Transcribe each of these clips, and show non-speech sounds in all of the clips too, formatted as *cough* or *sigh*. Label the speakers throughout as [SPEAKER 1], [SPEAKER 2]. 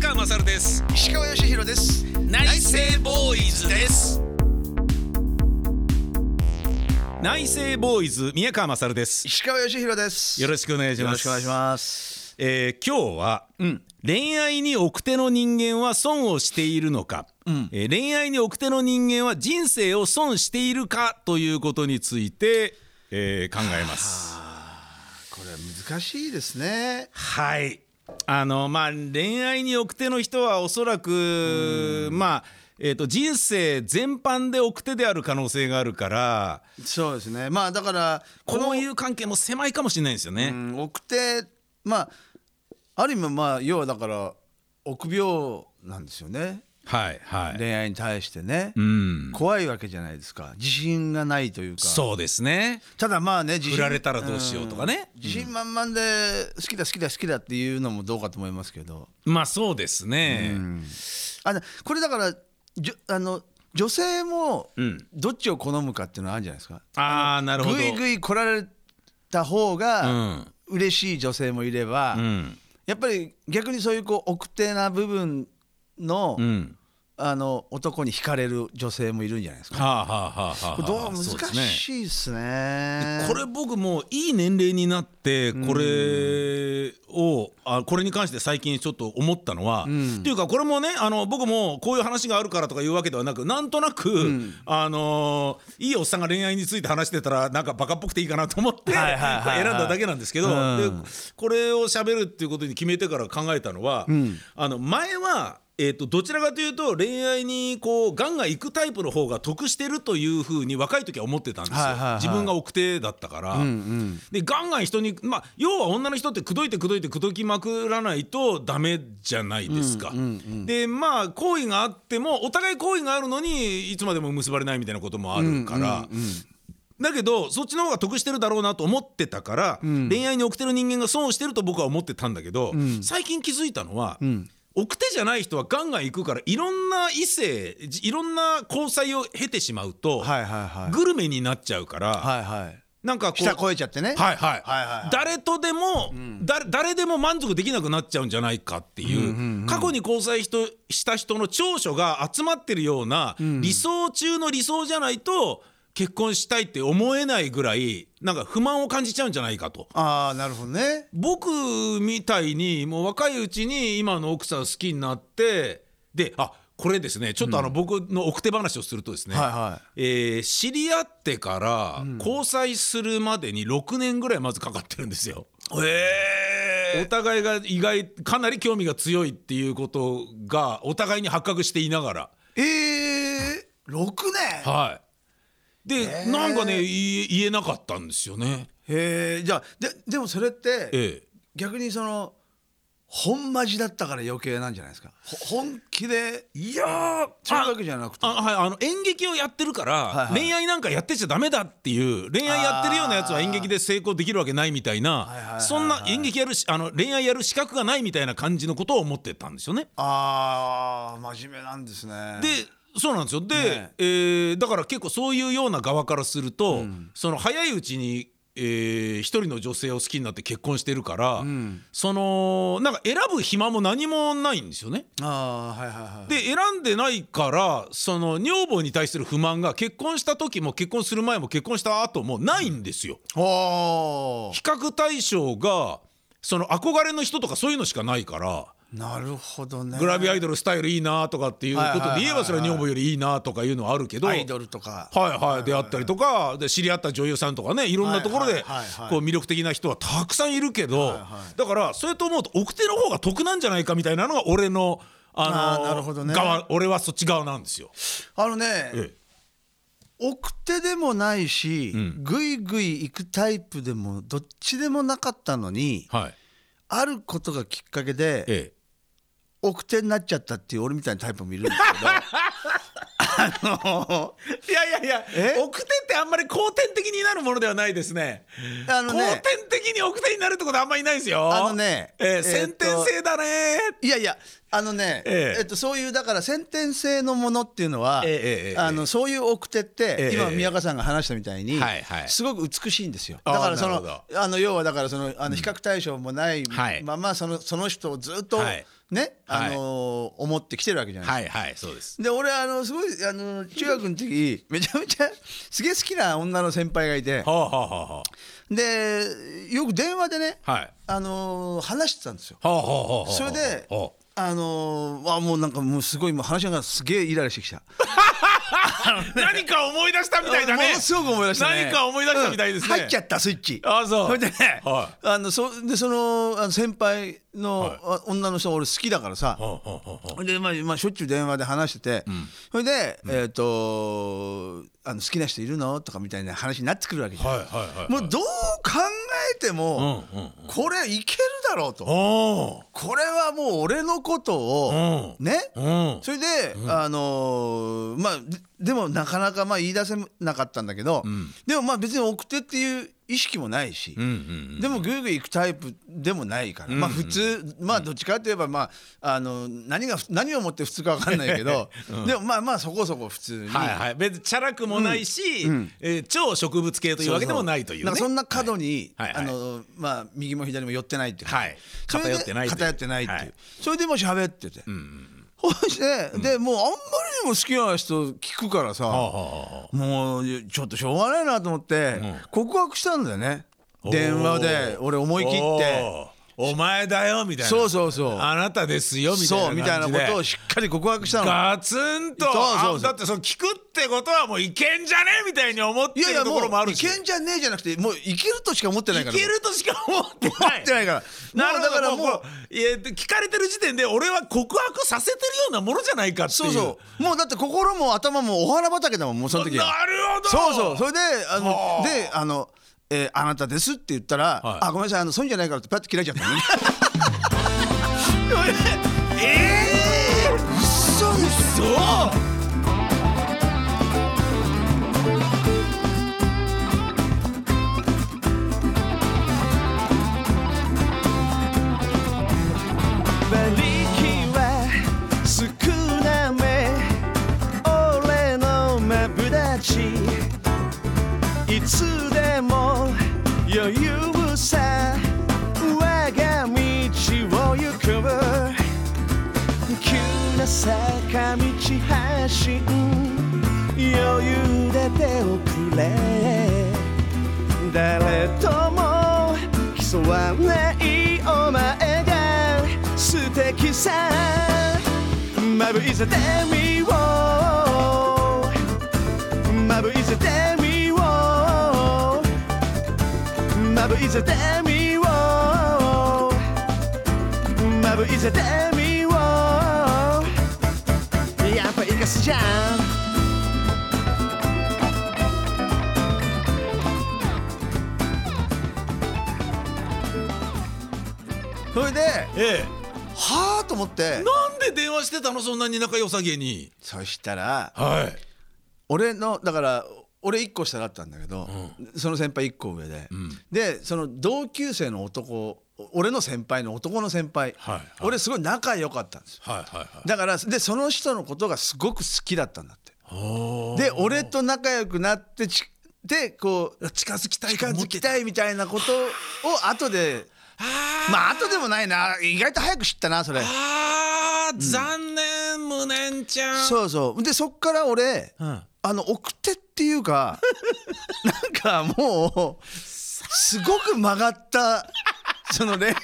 [SPEAKER 1] 川勝です
[SPEAKER 2] 石川義弘です
[SPEAKER 1] 内政ボーイズです内政ボーイズ宮川勝です
[SPEAKER 2] 石川義弘です
[SPEAKER 1] よろしくお願いします
[SPEAKER 2] よろしくお願いします
[SPEAKER 1] えー今日は、恋愛に奥手の人間は損をしているのか、えー恋愛に奥手の人間は人生を損しているかということについて、えー考えます。
[SPEAKER 2] これ難しいですね
[SPEAKER 1] はいあのまあ恋愛に奥手の人はおそらくまあ、えー、と人生全般で奥手である可能性があるから
[SPEAKER 2] そうですねまあだからこの
[SPEAKER 1] 交友関係も狭いかもしれないんですよね。
[SPEAKER 2] うん奥手まあある意味まあ要はだから臆病なんですよね
[SPEAKER 1] はいはい、
[SPEAKER 2] 恋愛に対してね、
[SPEAKER 1] うん、
[SPEAKER 2] 怖いわけじゃないですか自信がないというか
[SPEAKER 1] そうですね
[SPEAKER 2] ただまあね自信
[SPEAKER 1] 振られたらどうしようとかね
[SPEAKER 2] ん自信満々で好きだ好きだ好きだっていうのもどうかと思いますけど
[SPEAKER 1] まあそうですね。
[SPEAKER 2] あのこれだからじょあの女性も
[SPEAKER 1] ん
[SPEAKER 2] どっちを好むかっていうのはあるんじゃないですか、
[SPEAKER 1] ああなるほど。
[SPEAKER 2] ぐいぐい来られた方が
[SPEAKER 1] うん
[SPEAKER 2] 嬉しい女性もいれば、
[SPEAKER 1] うん
[SPEAKER 2] やっぱり逆にそういうこう奥手な部分の,、
[SPEAKER 1] うん
[SPEAKER 2] あの男に惹かれる女性もいるんじゃないですか。
[SPEAKER 1] はあはあはあはあ
[SPEAKER 2] これどう難
[SPEAKER 1] そうですね
[SPEAKER 2] しいですね。
[SPEAKER 1] これ僕もういい年齢になってこれをあこれに関して最近ちょっと思ったのは、っていうかこれもねあの僕もこういう話があるからとかいうわけではなくなんとなく、あのーいいおっさんが恋愛について話してたらなんかバカっぽくていいかなと思ってこれ
[SPEAKER 2] はい
[SPEAKER 1] 選ん
[SPEAKER 2] はいはいはい
[SPEAKER 1] だだけなんですけど、
[SPEAKER 2] うん
[SPEAKER 1] でこれを喋るっていうことに決めてから考えたのは、あの前は。えー、とどちらかというと恋愛にこうガンガン行くタイプの方が得してるというふうに若い時は思ってたんですよ、
[SPEAKER 2] はいはいはい
[SPEAKER 1] 自分が奥手だったから、でガンガン人に、まあ、要は女の人って口説いて口説いて口説きまくらないとダメじゃないですか。でまあ好意があってもお互い好意があるのにいつまでも結ばれないみたいなこともあるから。だけどそっちの方が得してるだろうなと思ってたから、恋愛に奥手の人間が損をしてると僕は思ってたんだけど、最近気づいたのは、奥手じゃない人はガンガン行くからいろんな異性じいろんな交際を経てしまうと、
[SPEAKER 2] はいはいはい
[SPEAKER 1] グルメになっちゃうから、
[SPEAKER 2] はいはい。
[SPEAKER 1] なんかこう
[SPEAKER 2] 下超えちゃってね。
[SPEAKER 1] はいはい
[SPEAKER 2] はいはいはい
[SPEAKER 1] 誰とでも、だ誰でも満足できなくなっちゃうんじゃないかっていう,、過去に交際人した人の長所が集まってるような、理想中の理想じゃないと結婚したいって思えないぐらいなんか不満を感じちゃうんじゃないかと。
[SPEAKER 2] ああなるほどね。
[SPEAKER 1] 僕みたいにもう若いうちに今の奥さん好きになってであこれですねちょっとあの僕の奥手話をするとですね、
[SPEAKER 2] はいは
[SPEAKER 1] えー知り合ってから交際するまでに6年ぐらいまずかかってるんですよ。お互いが意外かなり興味が強いっていうことがお互いに発覚していながら。
[SPEAKER 2] ええー、六年。
[SPEAKER 1] はい、で、なんかね言え言えなかったんですよね。
[SPEAKER 2] へえじゃあででもそれって、
[SPEAKER 1] ええ
[SPEAKER 2] 逆にその本マジだったから余計なんじゃないですかほ本気でいやそういうわけじゃなくて
[SPEAKER 1] あはい、あの演劇をやってるから、
[SPEAKER 2] いはい
[SPEAKER 1] 恋愛なんかやってちゃダメだっていう恋愛やってるようなやつは演劇で成功できるわけないみたいな、
[SPEAKER 2] はいはいはい
[SPEAKER 1] そんな演劇やるしあの恋愛やる資格がないみたいな感じのことを思ってたんですよね。
[SPEAKER 2] あー真面目なんですね
[SPEAKER 1] でそうなんですよで、
[SPEAKER 2] ね
[SPEAKER 1] えーだから結構そういうような側からすると、その早いうちに、えー一人の女性を好きになって結婚してるから、そのなんか選ぶ暇も何もないんですよね。
[SPEAKER 2] あーはいはいはい
[SPEAKER 1] で選んでないからその女房に対する不満が結婚した時も結婚する前も結婚した後もないんですよ。
[SPEAKER 2] お
[SPEAKER 1] 比較対象がその憧れの人とかそういうのしかないから。
[SPEAKER 2] ーなるほどね
[SPEAKER 1] グラビアアイドルスタイルいいなとかっていうことで言えばそれは女房よりいいなとかいうのはあるけど
[SPEAKER 2] アイドルとか
[SPEAKER 1] はいはい、であったりとかで知り合った女優さんとかねいろんなところ
[SPEAKER 2] は
[SPEAKER 1] で
[SPEAKER 2] いはいはいはい
[SPEAKER 1] こう魅力的な人はたくさんいるけどだからそれと思うと奥手の方が得なんじゃないかみたいなのが俺のあ
[SPEAKER 2] あーなるほ
[SPEAKER 1] の
[SPEAKER 2] どね
[SPEAKER 1] 側俺はそっち側なんですよ。
[SPEAKER 2] あのね、
[SPEAKER 1] え
[SPEAKER 2] 奥手でもないし、ぐいぐい行くタイプでもどっちでもなかったのに
[SPEAKER 1] えはい
[SPEAKER 2] あることがきっかけで、
[SPEAKER 1] *laughs* え
[SPEAKER 2] 奥手になっちゃったっていう俺みたいなタイプもいるんですけどあの
[SPEAKER 1] *laughs* え、いやいやいや奥手ってあんまり後天的になるものではないですね。
[SPEAKER 2] あ
[SPEAKER 1] 後
[SPEAKER 2] の
[SPEAKER 1] 天
[SPEAKER 2] ね
[SPEAKER 1] 的に奥手になるってことあんまりないですよ。
[SPEAKER 2] あのね
[SPEAKER 1] えー
[SPEAKER 2] えーと
[SPEAKER 1] 先天性だね
[SPEAKER 2] いやいやあのね、
[SPEAKER 1] え
[SPEAKER 2] え
[SPEAKER 1] え
[SPEAKER 2] っと、そういうだから先天性のものっていうのは、
[SPEAKER 1] ええええええ
[SPEAKER 2] あのそういう奥手って、
[SPEAKER 1] ええ
[SPEAKER 2] 今宮川さんが話したみたいに、
[SPEAKER 1] はいはい
[SPEAKER 2] すごく美しいんですよ
[SPEAKER 1] あー
[SPEAKER 2] だからそ
[SPEAKER 1] なる
[SPEAKER 2] の
[SPEAKER 1] ほ
[SPEAKER 2] あの要はだからそのあの比較対象もない
[SPEAKER 1] はい
[SPEAKER 2] ままそのその人をずっと、
[SPEAKER 1] はい
[SPEAKER 2] ね、
[SPEAKER 1] はい
[SPEAKER 2] あのー思ってきてるわけじゃないですか。
[SPEAKER 1] はいはいそうです。
[SPEAKER 2] で俺あのすごいあの中学の時めちゃめちゃすげえ好きな女の先輩がいて
[SPEAKER 1] はあはあはあは
[SPEAKER 2] でよく電話でね、
[SPEAKER 1] あ。はい。
[SPEAKER 2] あのー話してたんですよ。
[SPEAKER 1] はあはあはあはあ。
[SPEAKER 2] それで
[SPEAKER 1] は
[SPEAKER 2] あのーわあもうなんかもうすごいもう話がすげえイライラしてきた。
[SPEAKER 1] あ何か思い出したみたいだ
[SPEAKER 2] も
[SPEAKER 1] ね。
[SPEAKER 2] のすごく思い出したね。
[SPEAKER 1] 何か思い出したみたいですね。
[SPEAKER 2] うん入っちゃったスイッチ。
[SPEAKER 1] あそう
[SPEAKER 2] それでね、
[SPEAKER 1] は
[SPEAKER 2] あのそでそのあの先輩の、
[SPEAKER 1] はい
[SPEAKER 2] あ女の人俺好きだからさ。
[SPEAKER 1] はあはあはあはあ
[SPEAKER 2] でまあ、まあ、しょっちゅう電話で話してて、それで、えっ、とあの好きな人いるのとかみたいな話になってくるわけじゃん、
[SPEAKER 1] はいはいはいはい。
[SPEAKER 2] もうどう考えても、
[SPEAKER 1] うんうん。
[SPEAKER 2] これいけるだろうと、
[SPEAKER 1] お
[SPEAKER 2] これはもう俺のこと
[SPEAKER 1] お。うん。
[SPEAKER 2] を、ね、
[SPEAKER 1] うん。
[SPEAKER 2] それで、あのーまあででもなかなかまあ言い出せなかったんだけど、
[SPEAKER 1] ん
[SPEAKER 2] でもまあ別に奥手っていう意識もないし、
[SPEAKER 1] うんうん。
[SPEAKER 2] でもグーグー行くタイプでもないから、まあ普通まあどっちかといえばまああの何が何をもって普通か分かんない
[SPEAKER 1] *laughs*
[SPEAKER 2] けど、でもまあまあそこそこ普通に、
[SPEAKER 1] はいはい。別にチャラくもないし、えー超植物系というわけでもないというね。
[SPEAKER 2] なんかそんな過度に、
[SPEAKER 1] はいはいはい
[SPEAKER 2] あのまあ右も左も寄ってないっていうか、
[SPEAKER 1] はい
[SPEAKER 2] それで
[SPEAKER 1] 偏ってないという
[SPEAKER 2] 偏ってないっていう、
[SPEAKER 1] はい
[SPEAKER 2] それでも喋ってて、ほいで、でもうあんまりにも好きな人聞くからさ、
[SPEAKER 1] はあはあはあ
[SPEAKER 2] もうちょっとしょうがないなと思って告白したんだよね、
[SPEAKER 1] おー
[SPEAKER 2] 電話で俺思い切って
[SPEAKER 1] おーお前だよみたいな
[SPEAKER 2] そうそうそう
[SPEAKER 1] あなたですよみたいな
[SPEAKER 2] そうみたいな
[SPEAKER 1] 感じ
[SPEAKER 2] こ
[SPEAKER 1] で
[SPEAKER 2] とをしっかり告白したの。
[SPEAKER 1] ガツンと
[SPEAKER 2] そうそうそう
[SPEAKER 1] あだってその聞くってことはもういけんじゃねみたいに思って
[SPEAKER 2] いやい
[SPEAKER 1] る
[SPEAKER 2] や
[SPEAKER 1] と
[SPEAKER 2] も
[SPEAKER 1] こ
[SPEAKER 2] う
[SPEAKER 1] ろもある
[SPEAKER 2] い
[SPEAKER 1] し
[SPEAKER 2] けんじゃねえじゃなくてもういけるとしか思ってないから
[SPEAKER 1] いけるとしか思って
[SPEAKER 2] 思
[SPEAKER 1] ない
[SPEAKER 2] ってないから
[SPEAKER 1] *laughs* なるほど
[SPEAKER 2] もうだから
[SPEAKER 1] も
[SPEAKER 2] も
[SPEAKER 1] う
[SPEAKER 2] う
[SPEAKER 1] こういや聞かれてる時点で俺は告白させてるようなものじゃないかっていう
[SPEAKER 2] そうそうもうだって心も頭もお花畑だもんもうその時は
[SPEAKER 1] なるほど
[SPEAKER 2] そうそうそれで
[SPEAKER 1] はあ
[SPEAKER 2] あのであの、えーあなたです」って言ったら「
[SPEAKER 1] はい
[SPEAKER 2] あごめんなさいあのそういうんじゃないから」ってパッて切られちゃったのね
[SPEAKER 1] ええー、嘘ですそう
[SPEAKER 2] 馬力は少なめ俺のマブダチいつでも余裕さ我が道を行く急な坂道走ん余裕で手をくれ誰とも競わないお前が素敵さまぶいせてみようまぶいせてみようまぶいせてみようまぶいせてみようやっぱイカスじゃんそれで
[SPEAKER 1] ええ
[SPEAKER 2] はあと思って
[SPEAKER 1] なんで電話してたのそんなに仲良さげに
[SPEAKER 2] そしたら
[SPEAKER 1] はい
[SPEAKER 2] 俺のだから俺1個下だったんだけど、その先輩1個上で、でその同級生の男俺の先輩の男の先輩、
[SPEAKER 1] はいはい
[SPEAKER 2] 俺すごい仲良かったんですよ
[SPEAKER 1] はいはいはい
[SPEAKER 2] だからでその人のことがすごく好きだったんだって
[SPEAKER 1] おー
[SPEAKER 2] で俺と仲良くなってちでこう
[SPEAKER 1] 近づきたい
[SPEAKER 2] 近
[SPEAKER 1] と思って
[SPEAKER 2] づき
[SPEAKER 1] た
[SPEAKER 2] たいみたいなことを後で
[SPEAKER 1] あー
[SPEAKER 2] まあ後でもないな意外と早く知ったなそれ
[SPEAKER 1] あー残念無念ちゃん
[SPEAKER 2] そうそうでそっから俺、
[SPEAKER 1] うん
[SPEAKER 2] あの奥手っていう
[SPEAKER 1] *laughs*
[SPEAKER 2] かなんかもうすごく曲がったその恋愛に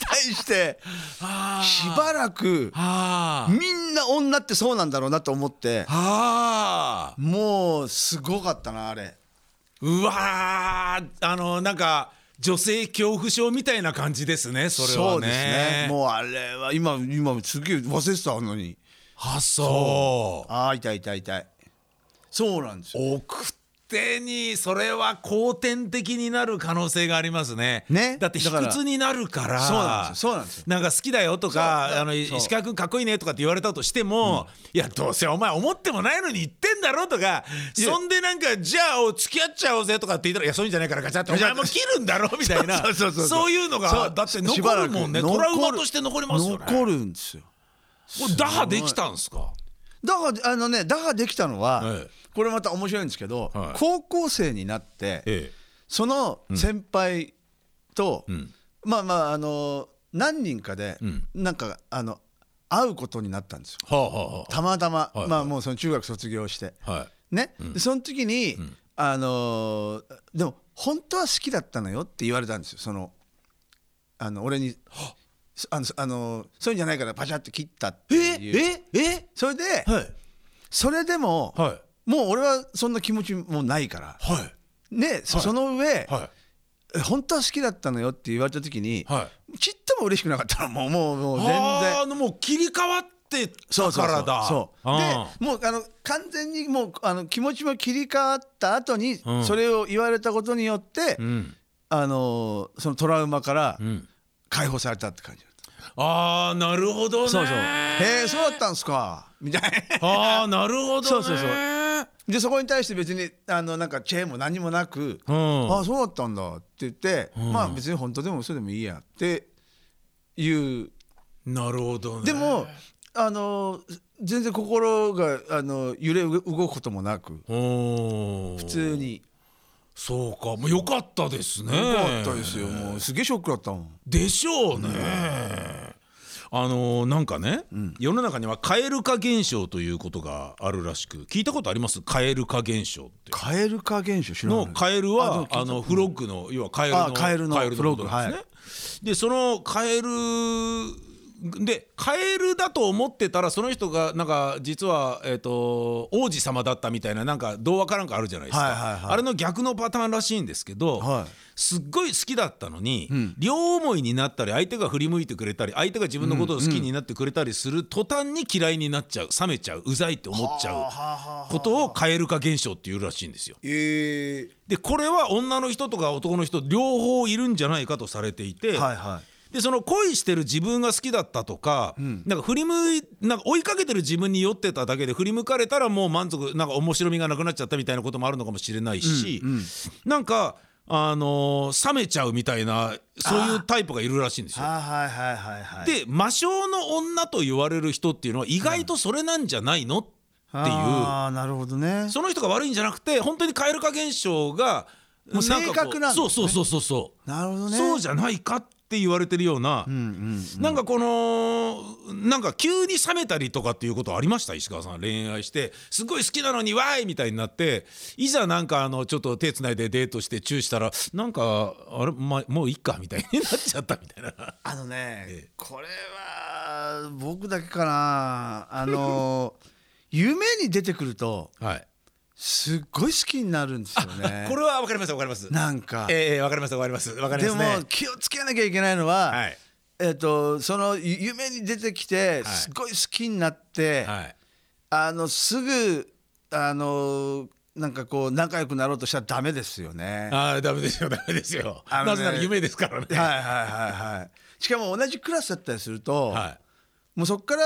[SPEAKER 2] 対して
[SPEAKER 1] あー
[SPEAKER 2] しばらく
[SPEAKER 1] あー
[SPEAKER 2] みんな女ってそうなんだろうなと思って
[SPEAKER 1] あー
[SPEAKER 2] もうすごかったなあれ
[SPEAKER 1] うわーあのなんか女性恐怖症みたいな感じですねそれはね
[SPEAKER 2] うですねもうあれは今今すげえ忘れてたのに
[SPEAKER 1] あそう
[SPEAKER 2] ああ痛い痛い痛いそうなんですよ
[SPEAKER 1] 奥手性にそれは後天的になる可能性がありますね。
[SPEAKER 2] ね
[SPEAKER 1] だって卑
[SPEAKER 2] だから
[SPEAKER 1] 屈になるから
[SPEAKER 2] そうなんですよそうなんですよ
[SPEAKER 1] なんか好きだよと
[SPEAKER 2] そう
[SPEAKER 1] かあの
[SPEAKER 2] そう
[SPEAKER 1] 石川君かっこいいねとかって言われたとしても、いやどうせお前思ってもないのに言ってんだろとか
[SPEAKER 2] や
[SPEAKER 1] そんでなんかじゃあお付き合っちゃおうぜとかって言ったらいやそういうんじゃないからガチャってお前も切るんだろみたいな
[SPEAKER 2] *laughs* そうそうそうそう
[SPEAKER 1] そういうの
[SPEAKER 2] そ
[SPEAKER 1] が
[SPEAKER 2] う
[SPEAKER 1] だって
[SPEAKER 2] しば
[SPEAKER 1] 残
[SPEAKER 2] ら
[SPEAKER 1] る
[SPEAKER 2] く
[SPEAKER 1] もんね
[SPEAKER 2] 残
[SPEAKER 1] ト
[SPEAKER 2] る
[SPEAKER 1] ラウマとして残りますよね。
[SPEAKER 2] 残るんですよ
[SPEAKER 1] これ打破できたんですか
[SPEAKER 2] だからあのねだができたのは、
[SPEAKER 1] はい
[SPEAKER 2] これまた面白いんですけど、
[SPEAKER 1] はい
[SPEAKER 2] 高校生になって、
[SPEAKER 1] え
[SPEAKER 2] その先輩と、
[SPEAKER 1] ん
[SPEAKER 2] まあまああの何人かで、
[SPEAKER 1] ん
[SPEAKER 2] なんかあの会うことになったんですよ
[SPEAKER 1] え。はあはあは
[SPEAKER 2] たまたま、
[SPEAKER 1] はい
[SPEAKER 2] まあもうその中学卒業して、
[SPEAKER 1] あ。はい。
[SPEAKER 2] ね、でその時に、あのーでも本当は好きだったのよって言われたんですよそのあの俺にそあのそあのーそういうんじゃないからパシャって切ったっていう
[SPEAKER 1] ええ
[SPEAKER 2] それで、
[SPEAKER 1] はい
[SPEAKER 2] それでも、
[SPEAKER 1] はい
[SPEAKER 2] もう俺はそんな気持ちもないから
[SPEAKER 1] はい
[SPEAKER 2] ねそ
[SPEAKER 1] はい
[SPEAKER 2] その上、
[SPEAKER 1] は
[SPEAKER 2] 本当は好きだったのよって言われた時に、
[SPEAKER 1] いはい。
[SPEAKER 2] ちっとも嬉しくなかったのもうもうもう全然
[SPEAKER 1] ああーもう切り替わって
[SPEAKER 2] そ
[SPEAKER 1] たか
[SPEAKER 2] うそうそ
[SPEAKER 1] ら
[SPEAKER 2] う
[SPEAKER 1] だ。
[SPEAKER 2] そう
[SPEAKER 1] うん
[SPEAKER 2] でもうあの完全にもうあの気持ちも切り替わった後に、
[SPEAKER 1] うん
[SPEAKER 2] それを言われたことによって、
[SPEAKER 1] うん
[SPEAKER 2] あのーそのトラウマから
[SPEAKER 1] うん。
[SPEAKER 2] 解放されたって感じだった、
[SPEAKER 1] ああなるほどね。
[SPEAKER 2] そうそうへえそうだったんですかみたいな
[SPEAKER 1] ああなるほどね。
[SPEAKER 2] そうそうそうでそこに対して別にあのなんかチェーンも何もなく、
[SPEAKER 1] うん。
[SPEAKER 2] ああそうだったんだって言って、
[SPEAKER 1] ん
[SPEAKER 2] まあ別に本当でも嘘でもいいやっていう
[SPEAKER 1] なるほどね。
[SPEAKER 2] でもあのー全然心があの揺れ動くこともなく
[SPEAKER 1] お普
[SPEAKER 2] 普通に。
[SPEAKER 1] そうかもう良かったですね。
[SPEAKER 2] よかったですよ、もうすげえショックだったもん
[SPEAKER 1] でしょうね。あのーなんかね、世の中には蛙化現象ということがあるらしく聞いたことあります蛙化現象って
[SPEAKER 2] カエル化現象知らない
[SPEAKER 1] のカエルはあのフロッグの要はカエル
[SPEAKER 2] あ
[SPEAKER 1] の
[SPEAKER 2] カエルの
[SPEAKER 1] フロッグ
[SPEAKER 2] フロッグ
[SPEAKER 1] なんですね。でそのカエルでカエルだと思ってたらその人がなんか実はえっと王子様だったみたいななんか童話かなんかあるじゃないです
[SPEAKER 2] はいはいはい
[SPEAKER 1] か。あれの逆のパターンらしいんですけど
[SPEAKER 2] はい。
[SPEAKER 1] すっごい好きだったのに、両思いになったり相手が振り向いてくれたり相手が自分のことを好きになってくれたりする途端に嫌いになっちゃう冷めちゃううざいって思っちゃうことを蛙化現象っていうらしいんですよ。
[SPEAKER 2] え
[SPEAKER 1] でこれは女の人とか男の人両方いるんじゃないかとされていて、
[SPEAKER 2] はいは
[SPEAKER 1] でその恋してる自分が好きだったとか、なんか振り向いなんか追いかけてる自分に酔ってただけで振り向かれたらもう満足なんか面白みがなくなっちゃったみたいなこともあるのかもしれないし、なんかあのー冷めちゃうみたいなそういうタイプがいるらしいんです
[SPEAKER 2] い
[SPEAKER 1] よ。
[SPEAKER 2] はいはいはいはい
[SPEAKER 1] で魔性の女と言われる人っていうのは意外とそれなんじゃないのっていう。
[SPEAKER 2] ああなるほどね
[SPEAKER 1] その人が悪いんじゃなくて本当に蛙化現象が
[SPEAKER 2] もう
[SPEAKER 1] なんかこ
[SPEAKER 2] 正確なんだね
[SPEAKER 1] そうそうそうそうそう、
[SPEAKER 2] なるほどね
[SPEAKER 1] そうじゃないかって言われてるような、なんかこのなんか急に冷めたりとかっていうことありました石川さん恋愛してすごい好きなのにわーいみたいになっていざなんかあのちょっと手つないでデートしてチューしたらなんかあれ、ま、もういいかみたいになっちゃったみたい
[SPEAKER 2] *laughs*
[SPEAKER 1] な
[SPEAKER 2] あのね、これは僕だけかな
[SPEAKER 1] *laughs*
[SPEAKER 2] あの夢に出てくると
[SPEAKER 1] はい、
[SPEAKER 2] すっごい好きになるんですよね
[SPEAKER 1] *laughs* これはわかりますわかります
[SPEAKER 2] なんか
[SPEAKER 1] ええわかりますわかりますわかり
[SPEAKER 2] で
[SPEAKER 1] ます
[SPEAKER 2] も
[SPEAKER 1] ね
[SPEAKER 2] 気をつけなきゃいけないのは、
[SPEAKER 1] はい
[SPEAKER 2] えっとその夢に出てきて
[SPEAKER 1] はい
[SPEAKER 2] すごい好きになって、
[SPEAKER 1] はい
[SPEAKER 2] あのすぐあのなんかこう仲良くなろうとしたらダメですよね。はい
[SPEAKER 1] ああダメですよダメですよ。
[SPEAKER 2] あのね
[SPEAKER 1] なぜなら夢ですからね。
[SPEAKER 2] はいはいはい。しかも同じクラスだったりすると、
[SPEAKER 1] はい
[SPEAKER 2] もうそこから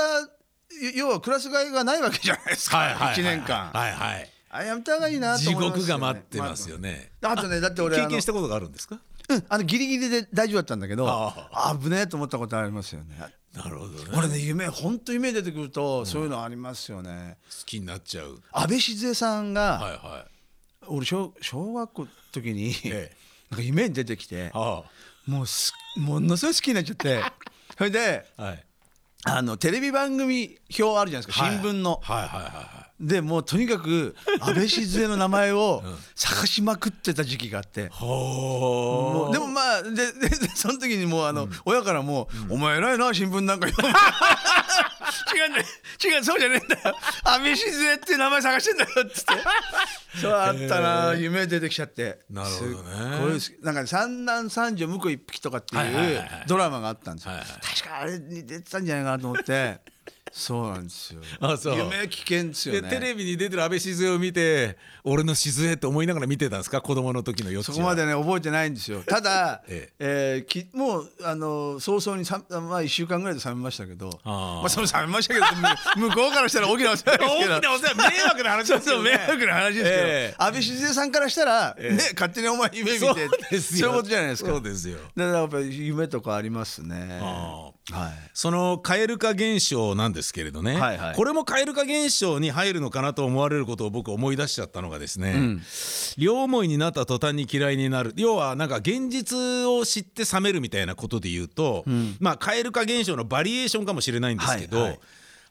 [SPEAKER 2] ゆ要はクラス替えがないわけじゃないです
[SPEAKER 1] はい
[SPEAKER 2] か。
[SPEAKER 1] はい
[SPEAKER 2] 一、年間。
[SPEAKER 1] はいはい。
[SPEAKER 2] あやめた方がいいなと
[SPEAKER 1] 地
[SPEAKER 2] 思いますよね、
[SPEAKER 1] 獄が待ってますよ
[SPEAKER 2] ね。
[SPEAKER 1] ね。
[SPEAKER 2] あとねだって俺
[SPEAKER 1] 経験
[SPEAKER 2] あ
[SPEAKER 1] したことがあるんですか。
[SPEAKER 2] のうんあのギリギリで大丈夫だったんだけど、
[SPEAKER 1] あ
[SPEAKER 2] あ危ねえと思ったことありますよね。
[SPEAKER 1] なるほどね。好
[SPEAKER 2] 俺ね夢本当夢出てくるとそういうのありますよね。
[SPEAKER 1] きになっちゃう。
[SPEAKER 2] 安倍静江さんが、
[SPEAKER 1] はいはい。
[SPEAKER 2] 俺小小学校の時に、
[SPEAKER 1] ええ
[SPEAKER 2] なんか夢に出てきて
[SPEAKER 1] は
[SPEAKER 2] もうすものすごい好きになっちゃってそれで
[SPEAKER 1] あ。はい。
[SPEAKER 2] あのテレビ番組表あるじゃないですか、新聞の。
[SPEAKER 1] はいはいはいはい。
[SPEAKER 2] でもうとにかく安倍静江の名前を探しまくってた時期があって。
[SPEAKER 1] ほ
[SPEAKER 2] もうでもまあでででその時にもうあの、親からもう、お前偉いな新聞なんか読む」違うんだよ違うそうじゃねえんだよ安倍静江っていう名前探してんだよ」っつってそうあったな夢出てきちゃって
[SPEAKER 1] なるほどね
[SPEAKER 2] すっごい好きなんか、ね「三男三女婿一匹」とかって
[SPEAKER 1] はいはい
[SPEAKER 2] い
[SPEAKER 1] は
[SPEAKER 2] う
[SPEAKER 1] いはい
[SPEAKER 2] ドラマがあったんですよ、
[SPEAKER 1] はいはい
[SPEAKER 2] 確かあれに出てたんじゃないかなと思ってそうなんですよ
[SPEAKER 1] あそう
[SPEAKER 2] 夢危険ですよ
[SPEAKER 1] で
[SPEAKER 2] ね
[SPEAKER 1] テレビに出てる安倍静江を見て俺の静江って思いながら見てたんですか子供の時の4つ
[SPEAKER 2] そこまでね *laughs* 覚えてないんですよただ、
[SPEAKER 1] え
[SPEAKER 2] えーきもうあの早々にさ、まあ、1週間ぐらいで冷めましたけど
[SPEAKER 1] あー
[SPEAKER 2] まあ、その冷めましたけど *laughs* む向こうからしたら大きなお世話です *laughs* けど
[SPEAKER 1] 大きなお世話迷惑な話です
[SPEAKER 2] そ
[SPEAKER 1] よ
[SPEAKER 2] うそう
[SPEAKER 1] ね
[SPEAKER 2] 迷惑な話ですけど、
[SPEAKER 1] ええ
[SPEAKER 2] 安倍晋三さんからしたら、
[SPEAKER 1] え
[SPEAKER 2] ね勝手にお前夢見て
[SPEAKER 1] そうですよ
[SPEAKER 2] そういうことじゃないですか
[SPEAKER 1] そうですよ
[SPEAKER 2] だからやっぱり夢とかありますね
[SPEAKER 1] あー
[SPEAKER 2] は
[SPEAKER 1] その蛙化現象なんですけれどね、
[SPEAKER 2] はいはい
[SPEAKER 1] これも蛙化現象に入るのかなと思われることを僕思い出しちゃったのがですね、
[SPEAKER 2] ん
[SPEAKER 1] 両思いになった途端に嫌いになる要はなんか現実を知って冷めるみたいなことで言うと、まあ蛙化現象のバリエーションかもしれないんですけど、
[SPEAKER 2] はいはい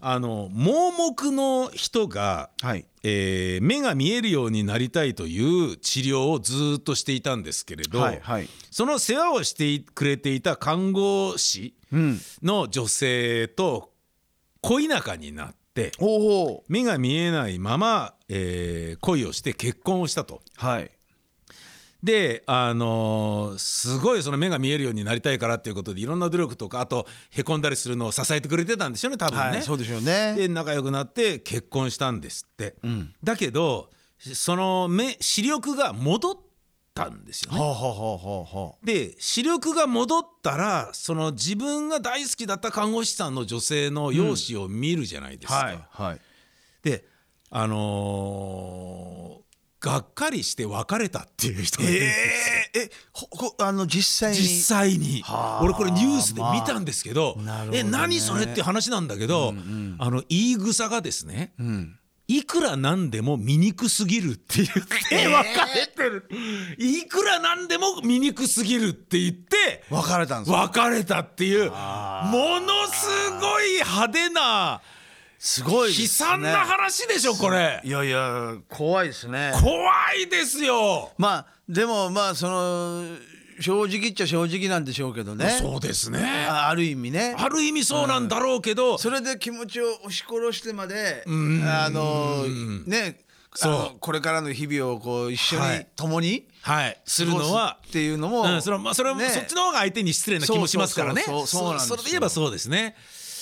[SPEAKER 1] あの盲目の人が
[SPEAKER 2] いはい
[SPEAKER 1] えー目が見えるようになりたいという治療をずーっとしていたんですけれど、
[SPEAKER 2] はいはい
[SPEAKER 1] その世話をしてくれていた看護師
[SPEAKER 2] うん
[SPEAKER 1] の女性と恋仲になって
[SPEAKER 2] ほうほ
[SPEAKER 1] 目が見えないまま、えー恋をして結婚をしたと。
[SPEAKER 2] うはい
[SPEAKER 1] であのーすごいその目が見えるようになりたいからっていうことでいろんな努力とかあとへこんだりするのを支えてくれてたんですよね多分ね。
[SPEAKER 2] はいそうでしょうね
[SPEAKER 1] で仲良くなって結婚したんですって、
[SPEAKER 2] ん
[SPEAKER 1] だけどその目視力が戻ったんですよね。
[SPEAKER 2] ほうほうほうほうほう
[SPEAKER 1] で視力が戻ったらその自分が大好きだった看護師さんの女性の容姿を見るじゃないですか。
[SPEAKER 2] はいはい
[SPEAKER 1] であのーがっかりして別れたっていう人
[SPEAKER 2] え
[SPEAKER 1] がいるんですよ
[SPEAKER 2] ええほこあの実際に
[SPEAKER 1] 実際に
[SPEAKER 2] はあ
[SPEAKER 1] 俺これニュースで見たんですけど,、
[SPEAKER 2] まあなるほどね
[SPEAKER 1] え何それっていう話なんだけど、あの言い草がですね、
[SPEAKER 2] ん
[SPEAKER 1] いくらなんでも醜すぎるって言って別れてる、いくらなんでも醜すぎるって言って
[SPEAKER 2] 別れたんですよ
[SPEAKER 1] 別れたっていうも
[SPEAKER 2] あ
[SPEAKER 1] のすごい派手な
[SPEAKER 2] すごいですね
[SPEAKER 1] 悲惨な話でしょこれ
[SPEAKER 2] いやいや怖いですね
[SPEAKER 1] 怖いですよ、
[SPEAKER 2] まあでもまあその正直っちゃ正直なんでしょうけどね
[SPEAKER 1] そうですねあ
[SPEAKER 2] あある意味ね
[SPEAKER 1] る意味そうなんだろうけど、
[SPEAKER 2] それで気持ちを押し殺してまであのね
[SPEAKER 1] そう
[SPEAKER 2] あのこれからの日々をこう一緒に、
[SPEAKER 1] はい
[SPEAKER 2] 共に
[SPEAKER 1] はいす
[SPEAKER 2] 過
[SPEAKER 1] る
[SPEAKER 2] ご
[SPEAKER 1] のは
[SPEAKER 2] すっていうのも、
[SPEAKER 1] うん、それはまあそれは
[SPEAKER 2] ね
[SPEAKER 1] そっちの方が相手に失礼な気もしますからね。
[SPEAKER 2] そうそうそうそ
[SPEAKER 1] そ
[SPEAKER 2] う
[SPEAKER 1] れで言えばそうですね。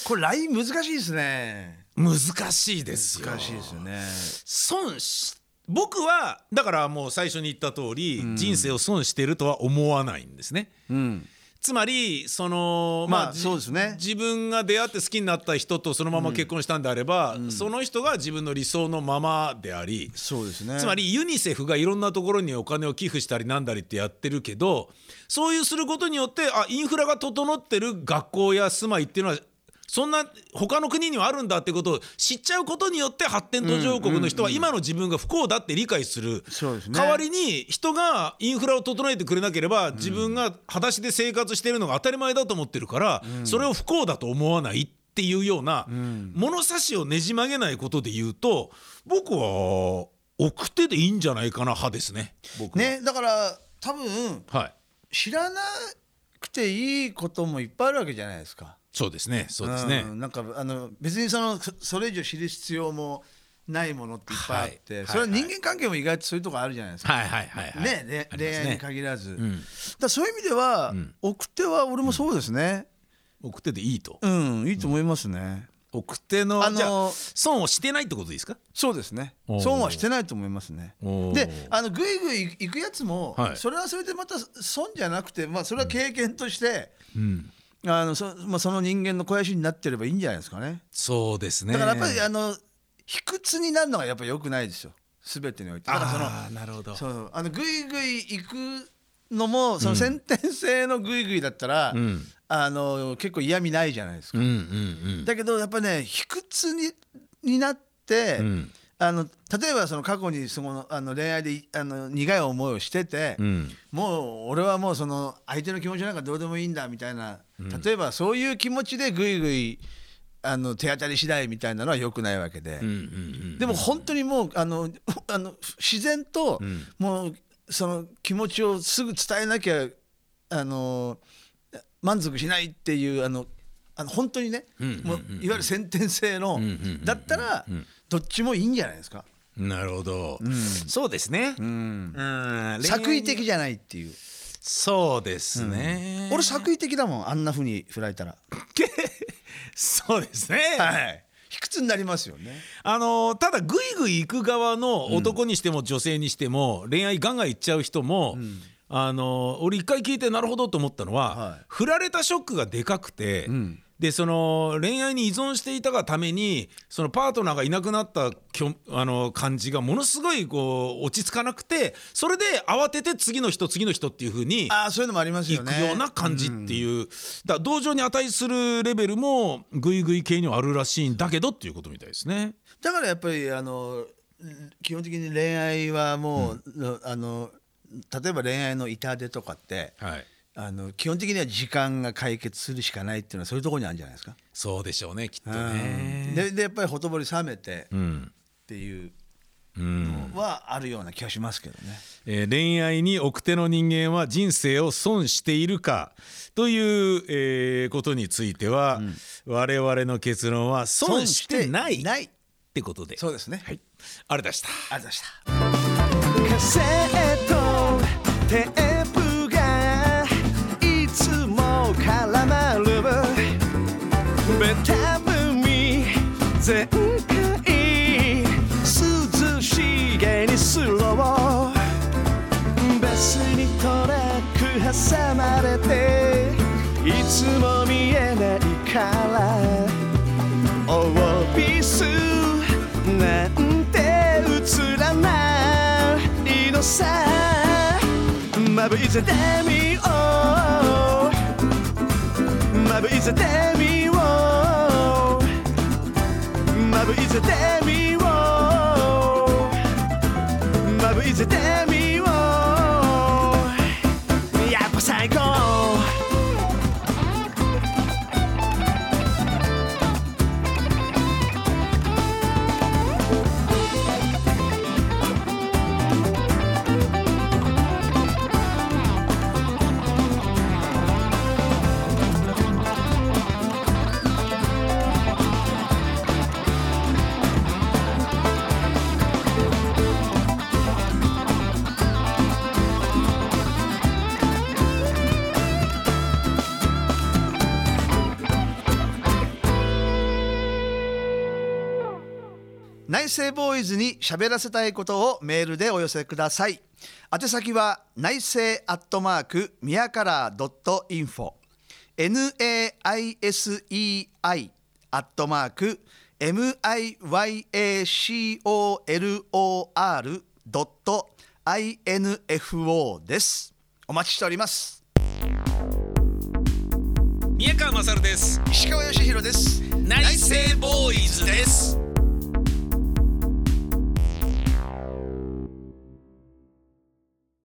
[SPEAKER 2] これライン難しいですね
[SPEAKER 1] 難しいですよ。
[SPEAKER 2] 難しいですよね
[SPEAKER 1] 損し僕はだからもう最初に言った通り、人生を損してるとは思わないんですね。
[SPEAKER 2] うん
[SPEAKER 1] つまりその
[SPEAKER 2] まあそうですね
[SPEAKER 1] 自分が出会って好きになった人とそのまま結婚したんであれば、その人が自分の理想のままであり、
[SPEAKER 2] そうですね
[SPEAKER 1] つまりユニセフがいろんなところにお金を寄付したりなんだりってやってるけどそういうすることによってあインフラが整ってる学校や住まいっていうのはそんな他の国にはあるんだってことを知っちゃうことによって発展途上国の人は今の自分が不幸だって理解する
[SPEAKER 2] そうですね
[SPEAKER 1] 代わりに人がインフラを整えてくれなければ自分が裸足で生活してるのが当たり前だと思ってるからそれを不幸だと思わないっていうような物差しをねじ曲げないことで言うと僕は奥手でいいんじゃないかな派ですね。僕は
[SPEAKER 2] ねだから多分
[SPEAKER 1] はい
[SPEAKER 2] 知らなくていいこともいっぱいあるわけじゃないですか。
[SPEAKER 1] そうですねそうですね。
[SPEAKER 2] んなんかあの別にそのそそれ以上知る必要もないものっていっぱいあって、
[SPEAKER 1] はい
[SPEAKER 2] それは
[SPEAKER 1] はい
[SPEAKER 2] 人間関係も意外とそういうとこあるじゃないですか。
[SPEAKER 1] はいはいはいはい。
[SPEAKER 2] ねれ
[SPEAKER 1] ありま
[SPEAKER 2] 恋
[SPEAKER 1] す
[SPEAKER 2] 愛に
[SPEAKER 1] ね
[SPEAKER 2] 限らず、だか
[SPEAKER 1] ん
[SPEAKER 2] らそういう意味では、奥手は俺もそうですね。
[SPEAKER 1] 奥手でいいと。
[SPEAKER 2] うん、いいと思いますね。
[SPEAKER 1] 奥手の、
[SPEAKER 2] あのー
[SPEAKER 1] じゃあ損をしてないってことですか？
[SPEAKER 2] そうですね
[SPEAKER 1] おー
[SPEAKER 2] 損はしてないと思いますね
[SPEAKER 1] おー
[SPEAKER 2] であのぐいぐい行くやつも、
[SPEAKER 1] はい
[SPEAKER 2] それはそれでまた損じゃなくて、まあ、それは経験として、
[SPEAKER 1] うん。
[SPEAKER 2] あのそまあ、その人間の肥やしになってればいいんじゃないですかね
[SPEAKER 1] そうですね。
[SPEAKER 2] だからやっぱり、あの卑屈になるのがやっぱ良くないですよ全てにおいてだからその
[SPEAKER 1] あーなるほど。
[SPEAKER 2] そうあのぐいぐい行くのもその先天性のぐいぐいだったら、
[SPEAKER 1] ん
[SPEAKER 2] あの結構嫌味ないじゃないですか、
[SPEAKER 1] うんうんうん。
[SPEAKER 2] だけどやっぱね卑屈にになって、
[SPEAKER 1] うん
[SPEAKER 2] あの例えばその過去にそのあの恋愛でいあの苦い思いをしてて、
[SPEAKER 1] うん
[SPEAKER 2] もう俺はもうその相手の気持ちなんかどうでもいいんだみたいな、例えばそういう気持ちでぐいぐいあの手当たり次第みたいなのは良くないわけで、
[SPEAKER 1] うんうんうん。
[SPEAKER 2] でも本当にもうあの *laughs* あの自然ともうその気持ちをすぐ伝えなきゃあの満足しないっていうあのあの本当にねもういわゆる先天性のだったらどっちもいいんじゃないですか
[SPEAKER 1] なるほど、そうですね、うん、恋
[SPEAKER 2] 作為
[SPEAKER 1] 愛
[SPEAKER 2] 的
[SPEAKER 1] に
[SPEAKER 2] じゃないっていう
[SPEAKER 1] そうですね、
[SPEAKER 2] 俺作為的だもんあんなふうに振られたら
[SPEAKER 1] *laughs* そうですね、
[SPEAKER 2] はい *laughs* 卑屈になりますよね
[SPEAKER 1] あのーただグイグイ行く側の男にしても女性にしても、恋愛ガンガン行っちゃう人も、あのー俺一回聞いてなるほどと思ったのは、
[SPEAKER 2] はい
[SPEAKER 1] 振られたショックがでかくて、
[SPEAKER 2] ん
[SPEAKER 1] でその恋愛に依存していたがためにそのパートナーがいなくなったきょあの感じがものすごいこう落ち着かなくてそれで慌てて次の人次の人っていう風に
[SPEAKER 2] ああそういうのもありますよ
[SPEAKER 1] 行
[SPEAKER 2] ね
[SPEAKER 1] くような感じっていう、だから同情に値するレベルもグイグイ系にはあるらしいんだけどっていうことみたいですね。
[SPEAKER 2] だからやっぱりあのん基本的に恋愛はもう、のあの例えば恋愛の痛手とかって
[SPEAKER 1] はい
[SPEAKER 2] あの基本的には時間が解決するしかないっていうのはそういうところにあるんじゃないですか。
[SPEAKER 1] そうでしょうねきっと
[SPEAKER 2] うん
[SPEAKER 1] ね。
[SPEAKER 2] ででやっぱりほとぼり冷めてっ
[SPEAKER 1] うん
[SPEAKER 2] ていう
[SPEAKER 1] うん
[SPEAKER 2] のはあるような気がしますけどね。
[SPEAKER 1] えー恋愛に奥手の人間は人生を損しているかという、えーことについては、我々の結論は損してないっ
[SPEAKER 2] ない
[SPEAKER 1] てことで、
[SPEAKER 2] そうですね。
[SPEAKER 1] はい、あれでした。
[SPEAKER 2] ありがとうございました。カセットテープがいつも絡まるベタ踏み全開涼しげにスローバスにトラック挟まれていつも見えないからオービスなんて映らないのさまぶいぜてみようまぶいぜてみようまぶいぜてみようまぶいぜてみようやっぱ最高内政ボーイズに喋らせたいことをメールでお寄せください宛先は内政アットマークミヤカラードットインフォ NAISEI アットマーク MIYACOLOR ドット INFO ですお待ちしております
[SPEAKER 1] 宮川勝です。
[SPEAKER 2] 石川義弘です
[SPEAKER 1] 内政ボーイズで